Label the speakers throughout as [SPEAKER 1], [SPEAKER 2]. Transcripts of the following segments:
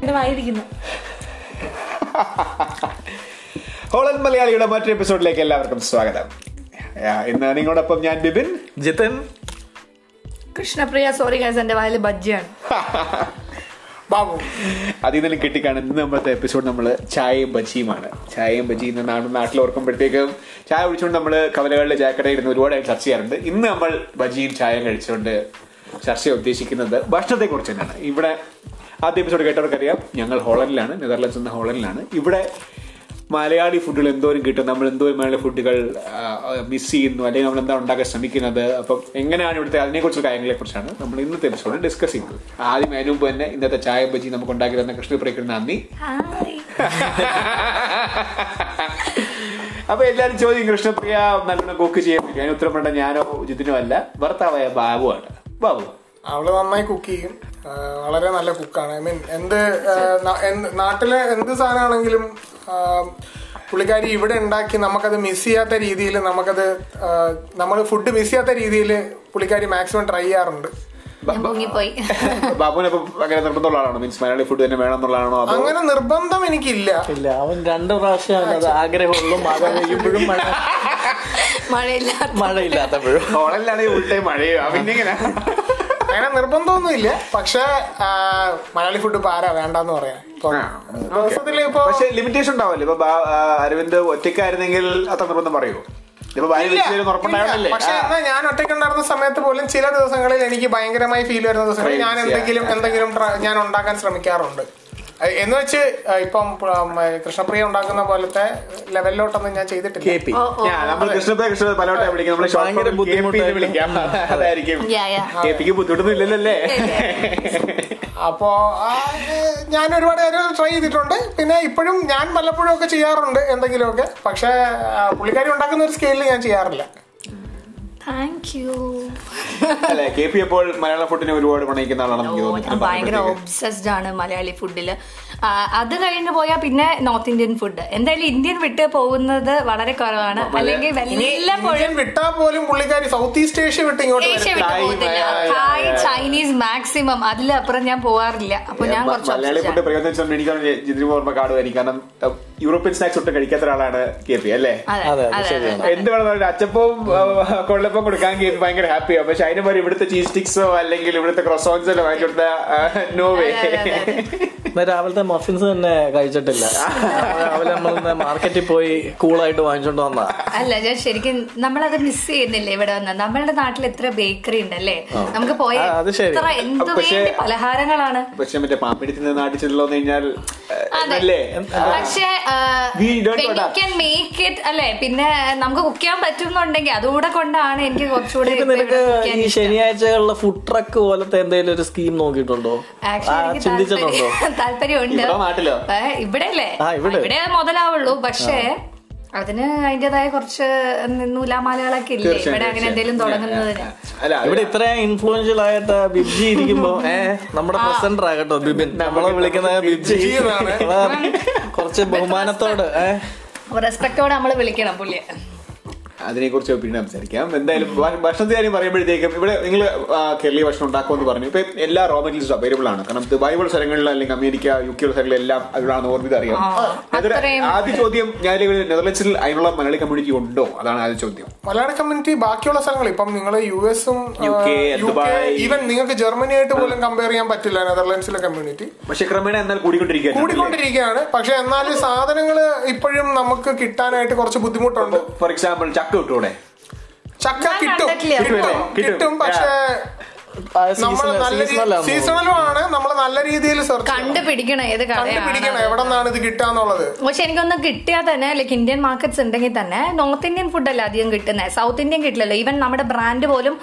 [SPEAKER 1] എന്റെ വായിരിക്കുന്നു
[SPEAKER 2] ഹോളൻ മലയാളിയുടെ മറ്റൊരു എപ്പിസോഡിലേക്ക് എല്ലാവർക്കും സ്വാഗതം ആ, ഇന്ന് നിങ്ങളോടൊപ്പം ഞാൻ ബിബിൻ
[SPEAKER 3] ജിതൻ
[SPEAKER 1] കൃഷ്ണപ്രിയ സോറി ഗൈസ് എന്റെ വായിൽ ബജ്ജിയാണ്
[SPEAKER 2] ബാബു അതിൽ നിന്നും കിട്ടിക്കാണ് ഇന്ന് നമ്മളത്തെ എപ്പിസോഡ് നമ്മൾ ചായയും ബജിയുമാണ് ചായയും ബജി ഇന്ന് നാട് നാട്ടിൽ ഓർക്കുമ്പോഴത്തേക്കും ചായ കുടിച്ചുകൊണ്ട് നമ്മൾ കവലകളിൽ ചായക്കടയിൽ ഇരുന്ന് ഒരുപാടായിട്ട് ചർച്ച ചെയ്യാറുണ്ട് ഇന്ന് നമ്മൾ ബജിയും ചായയും കഴിച്ചുകൊണ്ട് ചർച്ച ചെയ്യാൻ ഉദ്ദേശിക്കുന്നത് ഭക്ഷണത്തെക്കുറിച്ച് തന്നെയാണ് ഇവിടെ ആദ്യ എപ്പിസോഡ് കേട്ടവർക്കറിയാം ഞങ്ങൾ ഹോളണ്ടിലാണ് നെതർലൻഡ്സ് എന്ന ഹോളണ്ടിലാണ് ഇവിടെ മലയാളി ഫുഡുകൾ എന്തോരം കിട്ടും നമ്മൾ എന്തോരം മലയാളി ഫുഡുകൾ മിസ് ചെയ്യുന്നു അല്ലെങ്കിൽ നമ്മൾ എന്താ ഉണ്ടാക്കാൻ ശ്രമിക്കുന്നത് അപ്പം എങ്ങനെയാണ് ഇവിടുത്തെ അതിനെക്കുറിച്ചുള്ള കാര്യങ്ങളെക്കുറിച്ചാണ് നമ്മൾ ഇന്നത്തെ എപ്പിസോഡിൽ ഡിസ്കസ് ചെയ്യുന്നത് ആദ്യം അതിനു മുമ്പ് തന്നെ ഇന്നത്തെ ചായ ബജി നമുക്ക് ഉണ്ടാക്കി തന്ന കൃഷ്ണപ്രിയക്ക് നന്ദി
[SPEAKER 1] ഹായ്
[SPEAKER 2] അപ്പൊ എല്ലാരും ചോദ്യം കൃഷ്ണപ്രിയ നല്ലോണം കുക്ക് ചെയ്യാൻ പറ്റും അതിന് ഉത്തരം പറഞ്ഞ ഞാനോ ജിതിനോ അല്ല ഭർത്താവായ ബാബുവാണ് ബാബു
[SPEAKER 4] അവള് നന്നായി കുക്ക് ചെയ്യും ആ, വളരെ നല്ല കുക്കാണ് ഐ മീൻ എന്ത് ആ, ന- എന്ത് നാട്ടിലെ എന്ത് സാധനമാണെങ്കിലും ആ, പുള്ളിക്കാരി ഇവിടെ ഉണ്ടാക്കി നമുക്കത് മിസ് ചെയ്യാത്ത രീതിയിൽ നമുക്കത് നമ്മൾ ഫുഡ് മിസ് ചെയ്യാത്ത രീതിയിൽ പുള്ളിക്കാരി മാക്സിമം ട്രൈ ചെയ്യാറുണ്ട്
[SPEAKER 1] ഞാൻ പൊങ്ങിപ്പോയി
[SPEAKER 2] ബാബുവിനെ ഇപ്പൊ അങ്ങനെ നിർബന്ധമുള്ള ആളാണോ മീൻസ് മലയാളി ഫുഡ് തന്നെ വേണമെന്നുള്ളതാണോ അതോ
[SPEAKER 4] അങ്ങനെ നിർബന്ധം എനിക്കില്ല
[SPEAKER 3] ഇല്ല അവൻ രണ്ട് പ്രാവശ്യം അവന് അത് ആഗ്രഹമുള്ളൂ മഴ പെയ്യുമ്പോഴും മഴ
[SPEAKER 1] മഴയില്ലാത്ത
[SPEAKER 3] മഴയില്ലാത്തപ്പോഴും
[SPEAKER 2] ഹോളല്ലാണെങ്കിൽ ഉൾട്ടേ മഴയോ പിന്നെ ഇങ്ങനെ
[SPEAKER 4] അങ്ങനെ നിർബന്ധമൊന്നുമില്ല പക്ഷെ ആ, മലയാളി ഫുഡ് ഇപ്പൊ ആരാ വേണ്ടെന്ന് പറയാം ഇപ്പൊ
[SPEAKER 2] ആ,
[SPEAKER 4] ദിവസത്തിൽ ഇപ്പൊ
[SPEAKER 2] പക്ഷെ ലിമിറ്റേഷൻ ഉണ്ടാവല്ലോ ഇപ്പൊ ബാ- ആ, അരവിന്ദ് ഒറ്റയ്ക്കായിരുന്നെങ്കിൽ അത്ര നിർബന്ധം പറയൂ ഇപ്പൊ ഭാര്യ
[SPEAKER 4] ഇല്ല,
[SPEAKER 2] വെച്ചതിൽ ഉറപ്പുണ്ടാവണല്ലേ
[SPEAKER 4] ഇല്ല. പക്ഷെ എന്നാ ഞാൻ ഒറ്റയ്ക്കുണ്ടായിരുന്ന സമയത്ത് പോലും ചില ദിവസങ്ങളിൽ എനിക്ക് ഭയങ്കരമായി ഫീൽ വരുന്ന ദിവസങ്ങളിൽ ഞാൻ
[SPEAKER 2] Cravings,
[SPEAKER 4] എന്തെങ്കിലും
[SPEAKER 2] yeah.
[SPEAKER 4] എന്തെങ്കിലും ട്ര- ഞാൻ ഉണ്ടാക്കാൻ ശ്രമിക്കാറുണ്ട് അഹ് എന്ന് വെച്ച് അഹ് ഇപ്പം പ- ഉം, അഹ് കൃഷ്ണപ്രിയ ഉണ്ടാക്കുന്ന പോലത്തെ ലെവലിലോട്ടൊന്നും ഞാൻ
[SPEAKER 3] കെ
[SPEAKER 4] ചെയ്തിട്ടില്ല
[SPEAKER 3] പി
[SPEAKER 1] ഓ ഓ
[SPEAKER 2] നമ്മൾ കൃഷ്ണപ്രിയ കൃഷ്ണ പലവട്ടം വിളിക്കാം നമ്മൾ short
[SPEAKER 3] ഭയങ്കര
[SPEAKER 2] form KP എന്ന്
[SPEAKER 3] ബുദ്ധിമുട്ടായിരുന്നു.
[SPEAKER 2] വിളിക്കാം അതായിരിക്കും
[SPEAKER 1] Yeah, yeah.
[SPEAKER 2] കെപിക്ക് ബുദ്ധിമുട്ടൊന്നും ഇല്ലല്ലേ
[SPEAKER 4] അപ്പോ ആ, ഏഹ്, ഞാൻ ഒരുപാട് കാര്യം ട്രൈ ചെയ്തിട്ടുണ്ട് പിന്നെ ഇപ്പോഴും ഞാൻ വല്ലപ്പോഴും ഒക്കെ ചെയ്യാറുണ്ട് എന്തെങ്കിലുമൊക്കെ പക്ഷെ ആ, പുള്ളിക്കാരി ഉണ്ടാക്കുന്ന ഒരു സ്കെയിലിൽ ഞാൻ ചെയ്യാറില്ല
[SPEAKER 1] താങ്ക് യു
[SPEAKER 2] അല്ലെ കെ പി അപ്പോൾ മലയാള ഫുഡിനെ ഒരുപാട് പ്രണയിക്കുന്ന ആളാണ് എനിക്ക്
[SPEAKER 1] ഞാൻ ഭയങ്കര
[SPEAKER 2] തോന്നുന്നത്
[SPEAKER 1] ഒബ്സസ്ഡ് ആണ് മലയാളി ഫുഡിൽ അത് കഴിഞ്ഞ് പോയാൽ പിന്നെ നോർത്ത് ഇന്ത്യൻ ഫുഡ് എന്തായാലും ഇന്ത്യൻ വിട്ട് പോകുന്നത് വളരെ കുറവാണ് അല്ലെങ്കിൽ വല്ലപ്പോഴും
[SPEAKER 4] ഇന്ത്യൻ വിട്ടാ പോലും പുള്ളിക്കാരി സൗത്ത് ഈസ്റ്റ് ഏഷ്യ വിട്ട് ഇങ്ങോട്ട്
[SPEAKER 1] ഏഷ്യ
[SPEAKER 4] വരും.
[SPEAKER 1] വിട്ട്
[SPEAKER 2] തായ്,
[SPEAKER 1] പോകത്തില്ല
[SPEAKER 2] മലയാളി,
[SPEAKER 1] തായ് ചൈനീസ് മാക്സിമം അതിലപ്പുറം ഞാൻ പോവാറില്ല അപ്പൊ ഞാൻ കുറച്ച്
[SPEAKER 2] മലയാളി
[SPEAKER 1] obsessed
[SPEAKER 2] ഫുഡ്
[SPEAKER 1] ആണ്.
[SPEAKER 2] പ്രയോജനം എനിക്കാണ് ജിതിന് ഓർമ്മ കാണുമായിരിക്കും കാരണം അഹ്, യൂറോപ്യൻ സ്നാക്സ് ഒട്ടും കഴിക്കാത്ത ഒരാളാണ് കെ പി അല്ലേ
[SPEAKER 1] അതെ
[SPEAKER 3] അതെ, അത്
[SPEAKER 1] അതെ അതെ
[SPEAKER 3] ശരിയാണ്.
[SPEAKER 2] എന്ത് വേണം പറഞ്ഞാലും അച്ചപ്പവും ആ, കൊള്ളപ്പം കൊടുക്കാൻ കെ പി ഭയങ്കര ഹാപ്പിയാണ് പക്ഷെ അതിന് പോലെ ഇവിടുത്തെ ചീസ് സ്റ്റിക്സോ അല്ലെങ്കിൽ ഇവിടുത്തെ ക്രോസോൺസോ വാങ്ങി കൊടുത്ത നോവേ
[SPEAKER 1] അതെ, അതെ, അതെ.
[SPEAKER 3] എന്നാ രാവിലത്തെ മഫിൻസ് തന്നെ കഴിച്ചിട്ടില്ല രാവിലെ നമ്മൾ മാർക്കറ്റിൽ പോയി കൂളായിട്ട് വാങ്ങിച്ചോണ്ട് വന്നാ
[SPEAKER 1] അല്ല ഞാൻ ശരിക്കും നമ്മളത് മിസ് ചെയ്യുന്നില്ലേ ഇവിടെ വന്ന് നമ്മളുടെ നാട്ടിൽ എത്ര ബേക്കറി ഉണ്ടല്ലേ നമുക്ക് പോയ
[SPEAKER 3] ആ, അത് ശരി.
[SPEAKER 1] എത്ര എന്ത്
[SPEAKER 2] പക്ഷേ-
[SPEAKER 1] വേണ്ടി പലഹാരങ്ങളാണ്
[SPEAKER 2] പക്ഷെ മറ്റേ പാമ്പിടത്തിന് നാട്ടിൽ ചെല്ലോ എന്ന് കഴിഞ്ഞാൽ
[SPEAKER 1] അതെ.
[SPEAKER 2] അല്ലേ
[SPEAKER 1] പക്ഷേ
[SPEAKER 2] We don't know that.
[SPEAKER 1] Make it അല്ലെ പിന്നെ നമുക്ക് കുക്ക് ചെയ്യാൻ പറ്റുന്നുണ്ടെങ്കിൽ അതുകൂടെ കൊണ്ടാണ് എനിക്ക് കുറച്ചുകൂടി
[SPEAKER 3] ഇപ്പൊ
[SPEAKER 1] ഇവിടെ
[SPEAKER 3] നിനക്ക്
[SPEAKER 1] കുക്ക്
[SPEAKER 3] ഈ
[SPEAKER 1] ചെയ്യാൻ
[SPEAKER 3] ശനിയാഴ്ചകളിലെ ഫുഡ് ട്രക്ക് പോലത്തെ എന്തെങ്കിലും ഒരു സ്കീം നോക്കിയിട്ടുണ്ടോ ആ,
[SPEAKER 1] Actually, എനിക്ക്
[SPEAKER 3] ചിന്തിച്ചിട്ടുണ്ടോ
[SPEAKER 1] താല്പര്യം- താല്പര്യമുണ്ട്
[SPEAKER 2] ഇവിടെ നാട്ടിലോ?
[SPEAKER 1] ഏ, ഇവിടെയല്ലേ
[SPEAKER 3] ആ, ഇവിടെ.
[SPEAKER 1] ഇവിടെ മുതലാവുള്ളൂ പക്ഷേ അതിന് അതിന്റേതായ കുറച്ച് നൂലാമാലകളൊക്കെ ഇല്ലേ ഇവിടെ അങ്ങനെ എന്തെങ്കിലും തുടങ്ങുന്നതിന്
[SPEAKER 2] അല്ല
[SPEAKER 3] ഇവിടെ ഇത്രയും ഇൻഫ്ലുവൻഷ്യൽ ആയിട്ട് ബിബ്ജി ഇരിക്കുമ്പോ ഏ നമ്മുടെ പ്രസിഡന്റ് ആകട്ടോ ബിബിൻ നമ്മളെ വിളിക്കുന്ന ബിബ്ജി
[SPEAKER 4] ബിബ്ജി എന്നാണ്.
[SPEAKER 3] ആ, കുറച്ച് ബഹുമാനത്തോട് ഏ
[SPEAKER 1] റെസ്പെക്ടോടെ നമ്മൾ വിളിക്കണം പുള്ളിയെ
[SPEAKER 2] അതിനെ കുറിച്ച് പിന്നെ സംസാരിക്കാം എന്തായാലും ഭ- ഭക്ഷണത്തിന്റെ കാര്യം പറയുമ്പോഴത്തേക്കും ഇവിടെ നിങ്ങൾ കേരളീയ ഭക്ഷണം ഉണ്ടാക്കുമെന്ന് പറഞ്ഞു ഇപ്പൊ എല്ലാ റോ മെറ്റീരിയൽസ് അവൈലബിൾ ആണ് കാരണം ദുബായ് പോലുള്ള സ്ഥലങ്ങളിൽ അല്ലെങ്കിൽ അമേരിക്ക യു കെ സ്ഥലങ്ങളിൽ എല്ലാം അവിടെയാണ് ഓർമ്മിത് അറിയാം
[SPEAKER 1] ആ,
[SPEAKER 2] അതൊരു
[SPEAKER 1] അത്രയും-
[SPEAKER 2] ആദ്യ ചോദ്യം ഞാൻ നെതർലൻഡ്സിൽ അതിനുള്ള മലയാളി കമ്മ്യൂണിറ്റി ഉണ്ടോ അതാണ് ആദ്യ ചോദ്യം
[SPEAKER 4] മലയാള കമ്മ്യൂണിറ്റി ബാക്കിയുള്ള സ്ഥലങ്ങൾ ഇപ്പം നിങ്ങൾ യു എസും
[SPEAKER 2] UK, ദുബായ്.
[SPEAKER 4] ഈവൻ നിങ്ങൾക്ക് ജർമ്മനിയായിട്ട് പോലും കമ്പയർ ചെയ്യാൻ പറ്റില്ല നെതർലാൻഡ്സിലെ കമ്മ്യൂണിറ്റി
[SPEAKER 2] പക്ഷെ ക്രമേണ എന്നാൽ കൂടിക്കൊണ്ടിരിക്കുകയാണ്
[SPEAKER 4] കൂടിക്കൊണ്ടിരിക്കുകയാണ് പക്ഷെ എന്നാലും സാധനങ്ങൾ ഇപ്പോഴും നമുക്ക് കിട്ടാനായിട്ട് കുറച്ച് ബുദ്ധിമുട്ടുണ്ട്
[SPEAKER 2] ഫോർ എക്സാമ്പിൾ ചക്ക കിട്ടൂടെ
[SPEAKER 4] ചക്ക
[SPEAKER 1] ഞാൻ
[SPEAKER 4] കിട്ടും
[SPEAKER 1] കണ്ടിട്ടില്ല.
[SPEAKER 4] കിട്ടും
[SPEAKER 2] കിട്ടും.
[SPEAKER 4] കിട്ടും പക്ഷെ
[SPEAKER 3] ആ
[SPEAKER 4] നമ്മൾ
[SPEAKER 3] seasonal-
[SPEAKER 4] നല്ല
[SPEAKER 3] seasonal ആണെന്ന് തോന്നുന്നു.
[SPEAKER 4] സീസണലും ആണ് നമ്മൾ നല്ല രീതിയിൽ സെർച്ച്
[SPEAKER 1] കണ്ടുപിടിക്കണം ഏത്
[SPEAKER 4] കണ്ടുപിടിക്കണം
[SPEAKER 1] കടയാണ്
[SPEAKER 4] എവിടെ നിന്നാണ് ഇത് കിട്ടാന്നുള്ളത്
[SPEAKER 1] പക്ഷെ എനിക്കൊന്ന് കിട്ടിയാൽ തന്നെ ലൈക്ക് ഇന്ത്യൻ മാർക്കറ്റ്സ് ഉണ്ടെങ്കിൽ തന്നെ നോർത്ത് ഇന്ത്യൻ ഫുഡല്ല അധികം കിട്ടുന്നത് സൗത്ത് ഇന്ത്യൻ കിട്ടില്ലല്ലോ ഈവൻ നമ്മുടെ ബ്രാൻഡ് പോലും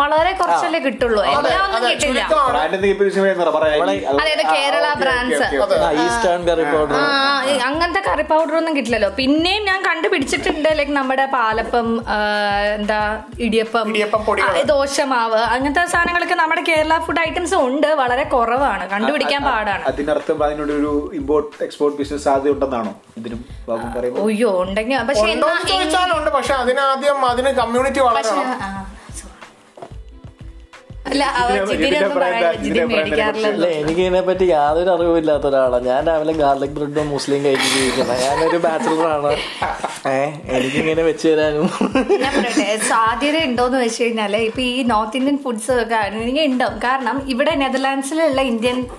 [SPEAKER 1] വളരെ കുറച്ചല്ലേ കിട്ടുള്ളൂ എല്ലാം ഒന്നും
[SPEAKER 4] അതെ
[SPEAKER 1] കിട്ടില്ല
[SPEAKER 4] ചുരുക്കമാണ്
[SPEAKER 2] ബ്രാൻഡ് പറയാ
[SPEAKER 1] അതായത് കേരള ബ്രാൻഡ്സ്
[SPEAKER 3] ആ, ഈസ്റ്റേൺ കറി പൗഡർ
[SPEAKER 1] ആ ഈ അങ്ങനത്തെ കറി പൗഡർ ഒന്നും കിട്ടില്ലല്ലോ പിന്നെയും ഞാൻ കണ്ടുപിടിച്ചിട്ടുണ്ട് ലൈക്ക് നമ്മുടെ പാലപ്പം ആ, എന്താ ഇടിയപ്പം
[SPEAKER 4] ഇടിയപ്പം പൊടികള്.
[SPEAKER 1] ആ, ദോശമാവ് അങ്ങനത്തെ സാധനങ്ങളൊക്കെ നമ്മുടെ കേരള ഫുഡ് ഐറ്റംസ് ഉണ്ട് വളരെ കുറവാണ് കണ്ടുപിടിക്കാൻ പാടാണ്
[SPEAKER 2] അതിനർത്ഥം അതിനോട് ഒരു ഇമ്പോർട്ട് എക്സ്പോർട്ട് ബിസിനസ് സാധ്യത ഉണ്ടെന്നാണോ ഇതിനും ബാബു പറയുന്നത്
[SPEAKER 1] ഒയ്യോ ഉണ്ടെങ്കിൽ പക്ഷെ
[SPEAKER 4] ഉണ്ടോ എന്ന് ചോദിച്ചാലുണ്ട് പക്ഷെ അതിനാദ്യം അതിന് കമ്മ്യൂണിറ്റി വളരെ
[SPEAKER 1] പക്ഷെ
[SPEAKER 4] വേണം.
[SPEAKER 1] ആ, അല്ല അവർ
[SPEAKER 2] ഇതിനെ-
[SPEAKER 1] ജിതിനൊന്നും
[SPEAKER 2] ഇതിനെ
[SPEAKER 1] പറയാൻ
[SPEAKER 2] പറയാൻ-
[SPEAKER 1] ജിതിൻ
[SPEAKER 2] ഇതിനെ പറയാൻ
[SPEAKER 3] അല്ല
[SPEAKER 1] മേടിക്കാറില്ല
[SPEAKER 3] എനിക്ക് ഇതിനെപ്പറ്റി യാതൊരു അറിവില്ലാത്ത ഒരാളാണ് ഞാൻ രാവിലെ ഗാർലിക് ബ്രെഡും മുസ്ലിം കഴിച്ച് ജീവിക്കുന്നത് ഞാനൊരു ബാച്ചിലറാണ് ഏഹ് എനിക്കിങ്ങനെ വെച്ച് തരാനും
[SPEAKER 1] ഞാൻ പറയട്ടെ സാധ്യത ഉണ്ടോന്ന് വെച്ച് കഴിഞ്ഞാല് ഇപ്പൊ ഈ നോർത്ത് ഇന്ത്യൻ ഫുഡ്സ് എനിക്ക് ഉണ്ടാവും കാരണം ഇവിടെ നെതർലാൻഡ്സിലുള്ള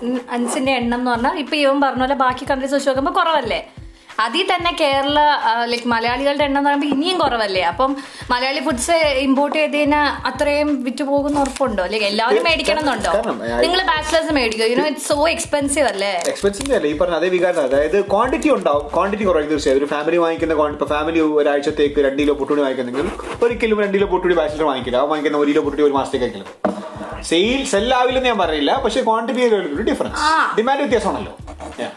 [SPEAKER 1] ഇന്ത്യൻസിന്റെ എണ്ണം എന്ന് പറഞ്ഞാൽ ഇപ്പൊ ഇവൻ പറഞ്ഞ പോലെ ബാക്കി കൺട്രീസ് വെച്ച് നോക്കുമ്പോൾ കുറവല്ലേ അതിൽ തന്നെ കേരള ലൈക്ക് മലയാളികളുടെ എണ്ണം എന്ന് പറയുമ്പോൾ ഇനിയും കുറവല്ലേ അപ്പം മലയാളി ഫുഡ്സ് ഇമ്പോർട്ട് ചെയ്ത് കഴിഞ്ഞാൽ അത്രയും വിറ്റ് പോകുന്ന ഉറപ്പുണ്ടോ ലൈക്ക് എല്ലാവരും മേടിക്കണം എന്നുണ്ടോ
[SPEAKER 2] കാരണം, ആ,
[SPEAKER 1] നിങ്ങൾ ബാച്ചിലേഴ്സ് മേടിക്കോ യുനോ ഇറ്റ്സ് സോ എക്സ്പെൻസീവ് അല്ലേ
[SPEAKER 2] എക്സ്പെൻസിന്റെ അല്ല ഈ പറഞ്ഞ അതേ വികാരം അതായത് ക്വാണ്ടിറ്റി ഉണ്ടാവും ക്വാണ്ടിറ്റി കുറയും തീർച്ചയായും ഒരു ഫാമിലി വാങ്ങിക്കുന്ന quantity- ഇപ്പൊ ഫാമിലി ഒരാഴ്ചത്തേക്ക് രണ്ട് കിലോ പൊട്ടുകൂടി വാങ്ങിക്കുന്നെങ്കിൽ ഒരു കിലോ രണ്ട് കിലോ പൊട്ടുകൂടി ബാച്ചിലർ വാങ്ങിക്കില്ല ആ വാങ്ങിക്കുന്ന ഒരു കിലോ പൊട്ടി ഒരു മാസത്തേക്കെങ്കിലും സെയിൽ സെല്ലാവില്ലെന്ന് ഞാൻ പറയില്ല പക്ഷേ ക്വാണ്ടിറ്റി ഒരു ഡിഫറൻസ് ഡിമാൻഡ് വ്യത്യാസമാണല്ലോ Yeah.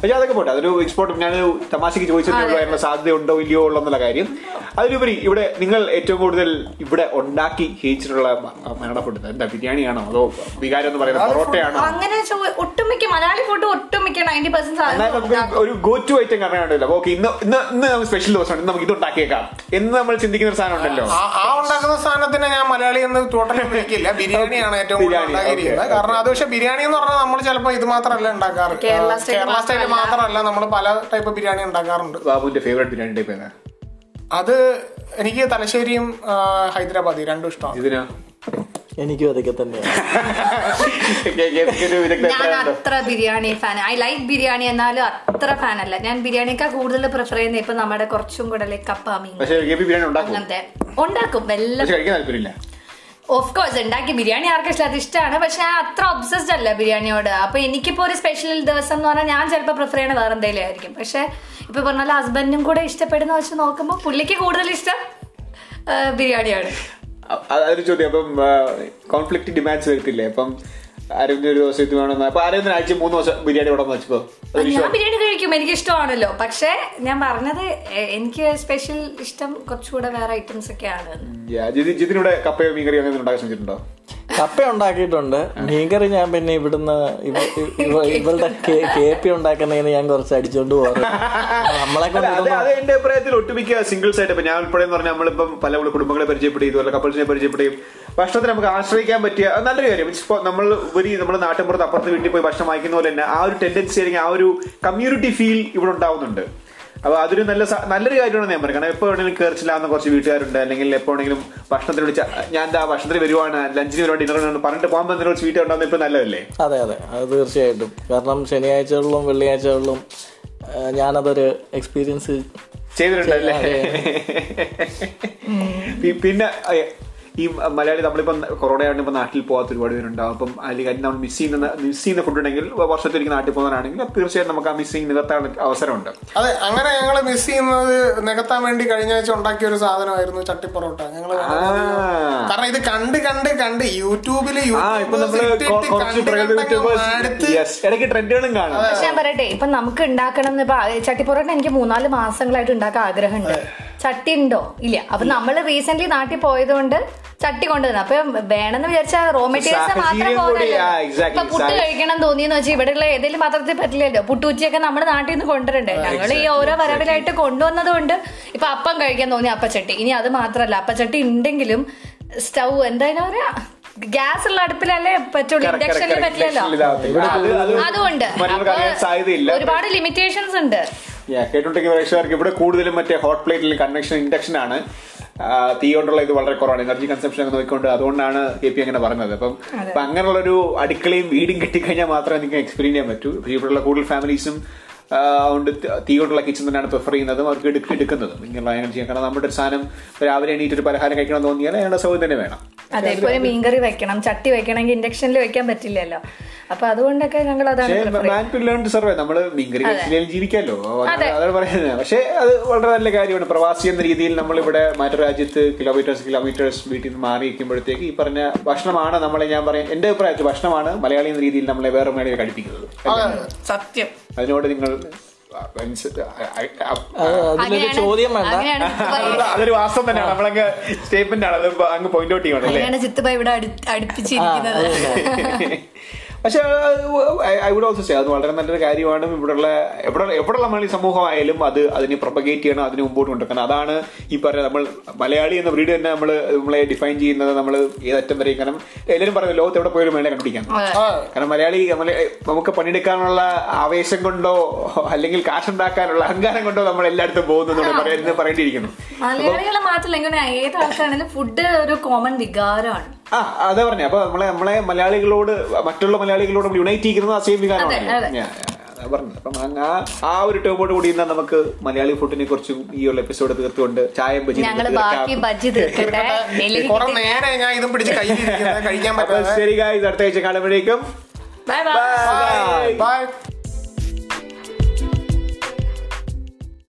[SPEAKER 2] പക്ഷേ അതൊക്കെ പോട്ടെ അതൊരു എക്സ്പോർട്ട് ഞാൻ തമാശക്ക് ചോദിച്ചിട്ടുള്ള സാധ്യത ഉണ്ടോ ഇല്ലയോ ഉള്ള എന്നുള്ള കാര്യം അതിലുപരി ഇവിടെ നിങ്ങൾ ഏറ്റവും കൂടുതൽ ഇവിടെ ഉണ്ടാക്കി ചെയ്യിച്ചിട്ടുള്ള മരണ ഫുഡ് എന്താ ബിരിയാണിയാണോ അതോ വികാരം എന്ന് പറയുന്നത് പൊറോട്ടയാണോ
[SPEAKER 1] അങ്ങനെ ചോ- ഒട്ടുമിക്ക മലയാളി ഫുഡ് ഒട്ടുമിക്ക നയൻറ്റി
[SPEAKER 2] എന്നാൽ നമുക്ക്
[SPEAKER 1] പെർസെന്റ്
[SPEAKER 2] ഒരു ഗോ ടു ഐറ്റം കാരണം ഉണ്ടല്ലോ ഓക്കെ ഇന്ന് ഇന്ന് ഇന്ന് നമുക്ക് സ്പെഷ്യൽ ദിവസമാണ് ഇന്ന് നമുക്ക് ഇത് ഉണ്ടാക്കിയേക്കാം എന്ന് നമ്മൾ ചിന്തിക്കുന്ന ഒരു സാധനം ഉണ്ടല്ലോ
[SPEAKER 4] ആ- ആ ഉണ്ടാക്കുന്ന സാധനത്തിന് ഞാൻ മലയാളി എന്ന് ടോട്ടലി വിളിക്കില്ല ബിരിയാണിയാണ് ഏറ്റവും കൂടുതൽ
[SPEAKER 2] ബിരിയാണി,
[SPEAKER 4] ഉണ്ടാക്കിയിരിക്കുന്നത്
[SPEAKER 2] okay,
[SPEAKER 4] കാരണം അത് പക്ഷെ ബിരിയാണി എന്ന് പറഞ്ഞാൽ നമ്മൾ ചിലപ്പോൾ ഇത് മാത്രമല്ല ഉണ്ടാക്കാറ്
[SPEAKER 1] കേരള
[SPEAKER 4] ആ,
[SPEAKER 1] സ്റ്റൈൽ
[SPEAKER 4] കേരള സ്റ്റൈൽ
[SPEAKER 1] മാത്രമല്ല.
[SPEAKER 4] മാത്രമല്ല നമ്മൾ പല ടൈപ്പ് ബിരിയാണി ഉണ്ടാക്കാറുണ്ട്
[SPEAKER 2] ബാബുവിന്റെ ഫേവറേറ്റ് ബിരിയാണി ടൈപ്പ് ഏതാ
[SPEAKER 4] അത് എനിക്ക് തലശ്ശേരിയും ആ, ഹൈദരാബാദി രണ്ടും ഇഷ്ടമാണ്
[SPEAKER 2] ഇതിനാ
[SPEAKER 3] എനിക്കും അതൊക്കെ തന്നെയാണ്
[SPEAKER 2] കെ- കെ- കെ- ഒരു വിദഗ്ധ
[SPEAKER 1] ഞാൻ
[SPEAKER 2] അഭിപ്രായം ഉണ്ടോ?
[SPEAKER 1] അത്ര biryani fan I like biryani എന്നാലും അത്ര ഫാൻ അല്ല ഞാൻ ബിരിയാണിക്കാ കൂടുതൽ പ്രിഫർ ചെയ്യുന്നത് ഇപ്പൊ നമ്മുടെ കുറച്ചും കൂടെ ലൈക്ക് കപ്പ മീൻ
[SPEAKER 2] പക്ഷേ കെ പി ബിരിയാണി ഉണ്ടാക്കും
[SPEAKER 1] അങ്ങനത്തെ ഉണ്ടാക്കും
[SPEAKER 2] പക്ഷെ
[SPEAKER 1] എല്ലാം
[SPEAKER 2] കഴിക്കാൻ താല്പര്യമില്ല
[SPEAKER 1] ഓഫ് കോഴ്സ് ഉണ്ടാക്കി ബിരിയാണി ആർക്കും ഇഷ്ടം അത് ഇഷ്ടമാണ് പക്ഷെ ഞാൻ അത്ര ഒബ്സസ്ഡ് അല്ല ബിരിയാണിയോട് അപ്പൊ എനിക്കിപ്പോ ഒരു സ്പെഷ്യൽ ദിവസം എന്ന് പറഞ്ഞാൽ ഞാൻ ചിലപ്പോൾ പ്രിഫർ ചെയ്യണ വേറെ എന്തെങ്കിലും ആയിരിക്കും പക്ഷെ ഇപ്പൊ പറഞ്ഞാൽ ഹസ്ബൻഡും കൂടെ ഇഷ്ടപ്പെടുന്ന വെച്ച് നോക്കുമ്പോൾ പുള്ളിക്ക് കൂടുതൽ ഇഷ്ടം ആ, ബിരിയാണിയാണ്
[SPEAKER 2] അ- അതൊരു ചോദ്യം അപ്പം കോൺഫ്ലിക്ട് ഡിമാൻഡ്സ് വരത്തില്ലേ അപ്പം ആരെങ്കിലും ഒരു ദിവസം ഇത് വേണമെന്ന് അപ്പൊ ആരെങ്കിലും ആഴ്ച മൂന്ന് ദിവസം ബിരിയാണി വേണമെന്ന് വെച്ചപ്പോ അത് ഒരു
[SPEAKER 1] ഞാൻ
[SPEAKER 2] issue ആ.
[SPEAKER 1] ബിരിയാണി കഴിക്കും എനിക്ക് ഇഷ്ടമാണല്ലോ പക്ഷെ ഞാൻ പറഞ്ഞത് എ- എനിക്ക് സ്പെഷ്യൽ ഇഷ്ടം കുറച്ചുകൂടെ വേറെ ഐറ്റംസ് ഒക്കെ ആണ്
[SPEAKER 2] Yeah, ജിതിൻ- ജിതിനിവിടെ കപ്പയോ മീൻകറിയോ അങ്ങനെ ഉണ്ടാക്കാൻ ശ്രമിച്ചിട്ടുണ്ടോ
[SPEAKER 3] കപ്പ ഉണ്ടാക്കിയിട്ടുണ്ട് മീൻകറി ഞാൻ പിന്നെ ഇവിടുന്ന് ഇവ- ഇവ- ഇവളുടെ കേ- കേപ്പി ഉണ്ടാക്കുന്നതിന് ഞാൻ കുറച്ച് അടിച്ചോണ്ട് പോകാറുണ്ട് നമ്മളെ
[SPEAKER 2] അല്ല,
[SPEAKER 3] കൊണ്ട്
[SPEAKER 2] അത്
[SPEAKER 3] ഇതൊന്നും
[SPEAKER 2] അത് എന്റെ അഭിപ്രായത്തിൽ ഒട്ടുമിക്ക സിംഗിൾസ് ആയിട്ട് ഇപ്പൊ ഞാൻ ഉൾപ്പെടെ എന്ന് പറഞ്ഞാൽ നമ്മളിപ്പം പല പല കുടുംബങ്ങളെ പരിചയപ്പെടുകയും ഇതുപോലെ കപ്പിൾസിനെ പരിചയപ്പെടുകയും ഭക്ഷണത്തിന് നമുക്ക് ആശ്രയിക്കാൻ പറ്റിയ അത് നല്ലൊരു കാര്യം മീൻസ് ഇപ്പോൾ നമ്മൾ ഒരു നമ്മുടെ നാട്ടിൻപുറത്ത് അപ്പുറത്ത് വീട്ടിൽ പോയി ഭക്ഷണം വാങ്ങിക്കുന്ന പോലെ തന്നെ ആ ഒരു ടെൻഡൻസി അല്ലെങ്കിൽ ആ ഒരു കമ്മ്യൂണിറ്റി ഫീൽ ഇവിടെ ഉണ്ടാവുന്നുണ്ട് അപ്പൊ അതൊരു നല്ല സ- നല്ലൊരു കാര്യമാണ് ഞാൻ പറയുന്നത് കാരണം എപ്പോ വേണമെങ്കിലും കയറിച്ചില്ലാവുന്ന കുറച്ച് വീട്ടുകാരുണ്ട് അല്ലെങ്കിൽ എപ്പോ വേണമെങ്കിലും ഭക്ഷണത്തിന് വിളിച്ച ഞാൻ എന്താ ഭക്ഷണത്തിന് വരുവാണ് ലഞ്ചിന് വരുവാണ് ഡിന്നറിന് വരുവാണ് പറഞ്ഞിട്ട് പോകുമ്പോൾ എന്തെങ്കിലും കുറച്ച് വീട്ടുകാരുണ്ടാവുന്ന ഇപ്പൊ നല്ലതല്ലേ
[SPEAKER 3] അതെ അതെ അത് തീർച്ചയായിട്ടും കാരണം ശനിയാഴ്ചകളിലും വെള്ളിയാഴ്ചകളിലും ആ, ഞാനതൊരു എക്സ്പീരിയൻസ്
[SPEAKER 2] ചെയ്തിട്ടുണ്ടല്ലേ പി- പിന്നെ അയ്യ, ഈ മലയാളി നമ്മളിപ്പം കൊറോണ ആയതുകൊണ്ട് ഇപ്പം നാട്ടിൽ പോകാത്ത ഒരുപാട് പേരുണ്ടാവും അപ്പം അല്ലെങ്കിൽ നമ്മൾ മിസ് ചെയ്യുന്ന മിസ് ചെയ്യുന്ന ഫുഡ് ഉണ്ടെങ്കിൽ വർഷത്തിലേക്ക് നാട്ടിൽ പോകുന്നവരാണെങ്കിൽ തീർച്ചയായും നമുക്ക് ആ മിസ്സിങ് നികത്താൻ അവസരമുണ്ട്
[SPEAKER 4] അതെ അങ്ങനെ ഞങ്ങൾ മിസ് ചെയ്യുന്നത് നികത്താൻ വേണ്ടി കഴിഞ്ഞ ആഴ്ച ഉണ്ടാക്കിയ ഒരു സാധനമായിരുന്നു ചട്ടിപ്പൊറോട്ട ഞങ്ങൾ
[SPEAKER 2] ആ
[SPEAKER 4] കാരണം ഇത് കണ്ട് കണ്ട് കണ്ട് യൂട്യൂബില്
[SPEAKER 2] ആ ഇപ്പൊ നമ്മള് കൊ- കുറച്ച് പ്രൈവറ്റ് യൂട്യൂബേഴ്സ് ഇടയ്ക്ക് ട്രെൻഡുകളും കാണാം
[SPEAKER 1] പക്ഷെ ഞാൻ പറയട്ടെ ഇപ്പൊ നമുക്ക് ഉണ്ടാക്കണം എന്ന് ഇപ്പൊ ആ- ചട്ടിപ്പൊറോട്ട എനിക്ക് മൂന്നാല് മാസങ്ങളായിട്ട് ഉണ്ടാക്കാൻ ആഗ്രഹമുണ്ട് ചട്ടി ഉണ്ടോ ഇല്ല അപ്പൊ നമ്മൾ റീസെന്റ് നാട്ടിൽ പോയത് കൊണ്ട് ചട്ടി കൊണ്ടുവന്നു അപ്പൊ വേണമെന്ന് വിചാരിച്ചാൽ റോ മെറ്റീരിയൽസ്
[SPEAKER 2] സാഹചര്യം
[SPEAKER 1] മാത്രം
[SPEAKER 2] കൂടി,
[SPEAKER 1] പോകല്ലോ
[SPEAKER 2] ആ, exactly.
[SPEAKER 1] ഇപ്പൊ പുട്ട്
[SPEAKER 2] സാഹചര്യം.
[SPEAKER 1] കഴിക്കണം തോന്നിയെന്ന് വെച്ചാൽ ഇവിടെയുള്ള ഏതെങ്കിലും പാത്രത്തിൽ പറ്റില്ലല്ലോ പുട്ടുച്ചയൊക്കെ നമ്മുടെ നാട്ടിൽ നിന്ന് കൊണ്ടുവരണ്ടേ ഞങ്ങൾ ഈ ഓരോ വരവിലായിട്ട് കൊണ്ടുവന്നത് കൊണ്ട് ഇപ്പൊ അപ്പം കഴിക്കാൻ തോന്നി അപ്പച്ചട്ടി ഇനി അത് മാത്രല്ല അപ്പച്ചട്ടി ഉണ്ടെങ്കിലും സ്റ്റൗ എന്തായാലും പറയാ ഗ്യാസ് ഉള്ള അടുപ്പിലല്ലേ പറ്റുള്ളൂ
[SPEAKER 2] Correct, correct,
[SPEAKER 1] ഇൻഡക്ഷനിൽ
[SPEAKER 2] correct.
[SPEAKER 1] പറ്റില്ലല്ലോ
[SPEAKER 2] Induction ൽ ഇതാവത്തില്ല. അത് അത്
[SPEAKER 1] അതുകൊണ്ട്
[SPEAKER 2] മറ്റുള്ളവർക്ക് അറിയാൻ
[SPEAKER 1] അപ്പൊ
[SPEAKER 2] സാധ്യതയില്ല
[SPEAKER 1] ഒരുപാട് ലിമിറ്റേഷൻസ് ഉണ്ട്
[SPEAKER 2] Yeah, കേട്ടോണ്ടിരിക്കുന്ന പ്രേക്ഷകർക്ക് ഇവിടെ കൂടുതലും മറ്റേ ഹോട്ട് പ്ലേറ്റിൽ കൺവെക്ഷൻ ഇൻഡക്ഷൻ ആണ് ആ, തീ കൊണ്ടുള്ള ഇത് വളരെ കുറവാണ് എനർജി കൺസംഷൻ ഒക്കെ നോക്കിക്കൊണ്ട് അതുകൊണ്ടാണ് കെ പി അങ്ങനെ പറഞ്ഞത് അപ്പം അപ്പൊ അങ്ങനെയുള്ളൊരു അടുക്കളയും വീടും കിട്ടിക്കഴിഞ്ഞാൽ മാത്രമേ നിങ്ങൾക്ക് എക്സ്പീരിയൻസ് ചെയ്യാൻ പറ്റൂ പക്ഷേ ഇവിടെയുള്ള കൂടുതൽ ഫാമിലീസും അതുകൊണ്ട് ത- തീ കൊണ്ടുള്ള കിച്ചൺ തന്നെയാണ് പ്രിഫർ ചെയ്യുന്നതും അവർക്ക് എടുക്ക എടുക്കുന്നതും ഇങ്ങനെയുള്ള എനർജി കാരണം നമ്മുടെ ഒരു സാധനം രാവിലെ എണീറ്റ് ഒരു പലഹാരം കഴിക്കണം എന്ന് തോന്നിയാൽ അതിനുള്ള സൗകര്യം തന്നെ വേണം
[SPEAKER 1] അതെ ഇപ്പൊ ഒരു മീൻകറി വെക്കണം ചട്ടി വെക്കണമെങ്കിൽ ഇൻഡക്ഷനിൽ വെക്കാൻ പറ്റില്ലല്ലോ അപ്പൊ അതുകൊണ്ടൊക്കെ ഞങ്ങൾ അതാണ്
[SPEAKER 2] പക്ഷേ
[SPEAKER 1] prefer
[SPEAKER 2] man to learn to survey നമ്മള് മീൻകറി കഴിച്ചില്ലെങ്കിലും ജീവിക്കാമല്ലോ
[SPEAKER 1] അതെ.
[SPEAKER 2] അതാണ് പറയുന്നത് പക്ഷേ അത് വളരെ നല്ല കാര്യമാണ് പ്രവാസി എന്ന രീതിയിൽ നമ്മൾ ഇവിടെ മറ്റു രാജ്യത്ത് കിലോമീറ്റേഴ്സ് കിലോമീറ്റേഴ്സ് വീട്ടിൽ നിന്ന് മാറി ഇരിക്കുമ്പോഴത്തേക്ക് ഈ പറഞ്ഞ ഭക്ഷണമാണ് നമ്മളെ ഞാൻ പറയാം എന്റെ അഭിപ്രായത്തിൽ ഭക്ഷണമാണ് മലയാളി എന്ന രീതിയിൽ നമ്മളെ വേറെ മേളിൽ കടിപ്പിക്കുന്നത്
[SPEAKER 4] സത്യം
[SPEAKER 2] അതിനോട് നിങ്ങൾ ആ, മനസ്സ്- ആ, ആ, ആ,
[SPEAKER 3] അത് അതിലൊരു ചോദ്യം വേണ്ട
[SPEAKER 1] അങ്ങനെയാണ്
[SPEAKER 2] അത് അതൊരു വാസ്തവം തന്നെയാണ് നമ്മളങ്ങ് സ്റ്റേറ്റ്മെന്റ് ആണ് അത് അങ്ങ് പോയിന്റ് ഔട്ട് ചെയ്യണം അല്ലേ
[SPEAKER 1] അങ്ങനെയാണ് ചിത്തുബ ഇവിടെ അടു- അടുപ്പിച്ചിരിക്കുന്നത്
[SPEAKER 2] ആ, പക്ഷെ ഐ വുഡ് ഓൾസോ സേ അത് വളരെ നല്ലൊരു കാര്യമാണ് ഇവിടെയുള്ള എവിടെ എവിടെയുള്ള മലയാളി സമൂഹമായാലും അത് അതിനെ പ്രൊപ്പഗേറ്റ് ചെയ്യണം അതിനെ മുമ്പോട്ട് കൊണ്ടുവരണം അതാണ് ഈ പറയുന്നത് നമ്മൾ മലയാളി എന്ന ബ്രീഡ് തന്നെ നമ്മൾ നമ്മളെ ഡിഫൈൻ ചെയ്യുന്നത് നമ്മൾ ഏതറ്റം വരെയും കാരണം എല്ലാവരും പറയുന്നത് ലോകത്ത് എവിടെ പോയാലും മേളെ കണ്ടുപിടിക്കാം
[SPEAKER 4] ആ
[SPEAKER 2] കാരണം മലയാളി നമ്മളെ നമുക്ക് പണിയെടുക്കാനുള്ള ആവേശം കൊണ്ടോ അല്ലെങ്കിൽ കാശുണ്ടാക്കാനുള്ള അഹങ്കാരം കൊണ്ടോ നമ്മൾ എല്ലായിടത്തും പോകുന്നു പറയുന്നത് പറയേണ്ടിയിരിക്കുന്നു
[SPEAKER 1] മലയാളികളെ മാത്രമല്ല ഏത് ആൾക്കാണെങ്കിലും ഫുഡ് ഒരു കോമൺ വികാരമാണ്
[SPEAKER 2] ആ അതാ പറഞ്ഞ അപ്പൊ നമ്മളെ നമ്മളെ മലയാളികളോട് മറ്റുള്ള മലയാളികളോട് നമ്മൾ യുണൈറ്റ് ചെയ്യുന്നത് ആ സെയിം വികാരമാണ്
[SPEAKER 1] അതെ.
[SPEAKER 2] അതാ പറഞ്ഞത് അപ്പം അങ്ങ് ആ ആ ഒരു ടേമോട് കൂടി ഇന്ന് നമുക്ക് മലയാളി ഫുഡിനെ കുറിച്ചും ഈ ഒരു എപ്പിസോഡ് തീർത്തുകൊണ്ട് ചായം ബജി
[SPEAKER 1] ഞങ്ങള് ബാക്കി ബജ്ജി തീർക്കട്ടെ ഇല്ലെങ്കിൽ
[SPEAKER 4] കുറെ നേരെ ഞാൻ ഇതും പിടിച്ച് കയ്യിലിരിക്കുന്നത് കഴിക്കാൻ പറ്റാതെ
[SPEAKER 2] ശരി ഗായ്സ് അടുത്ത ആഴ്ച കാണുമ്പോഴേക്കും
[SPEAKER 1] ബൈ ബൈ
[SPEAKER 4] ബൈ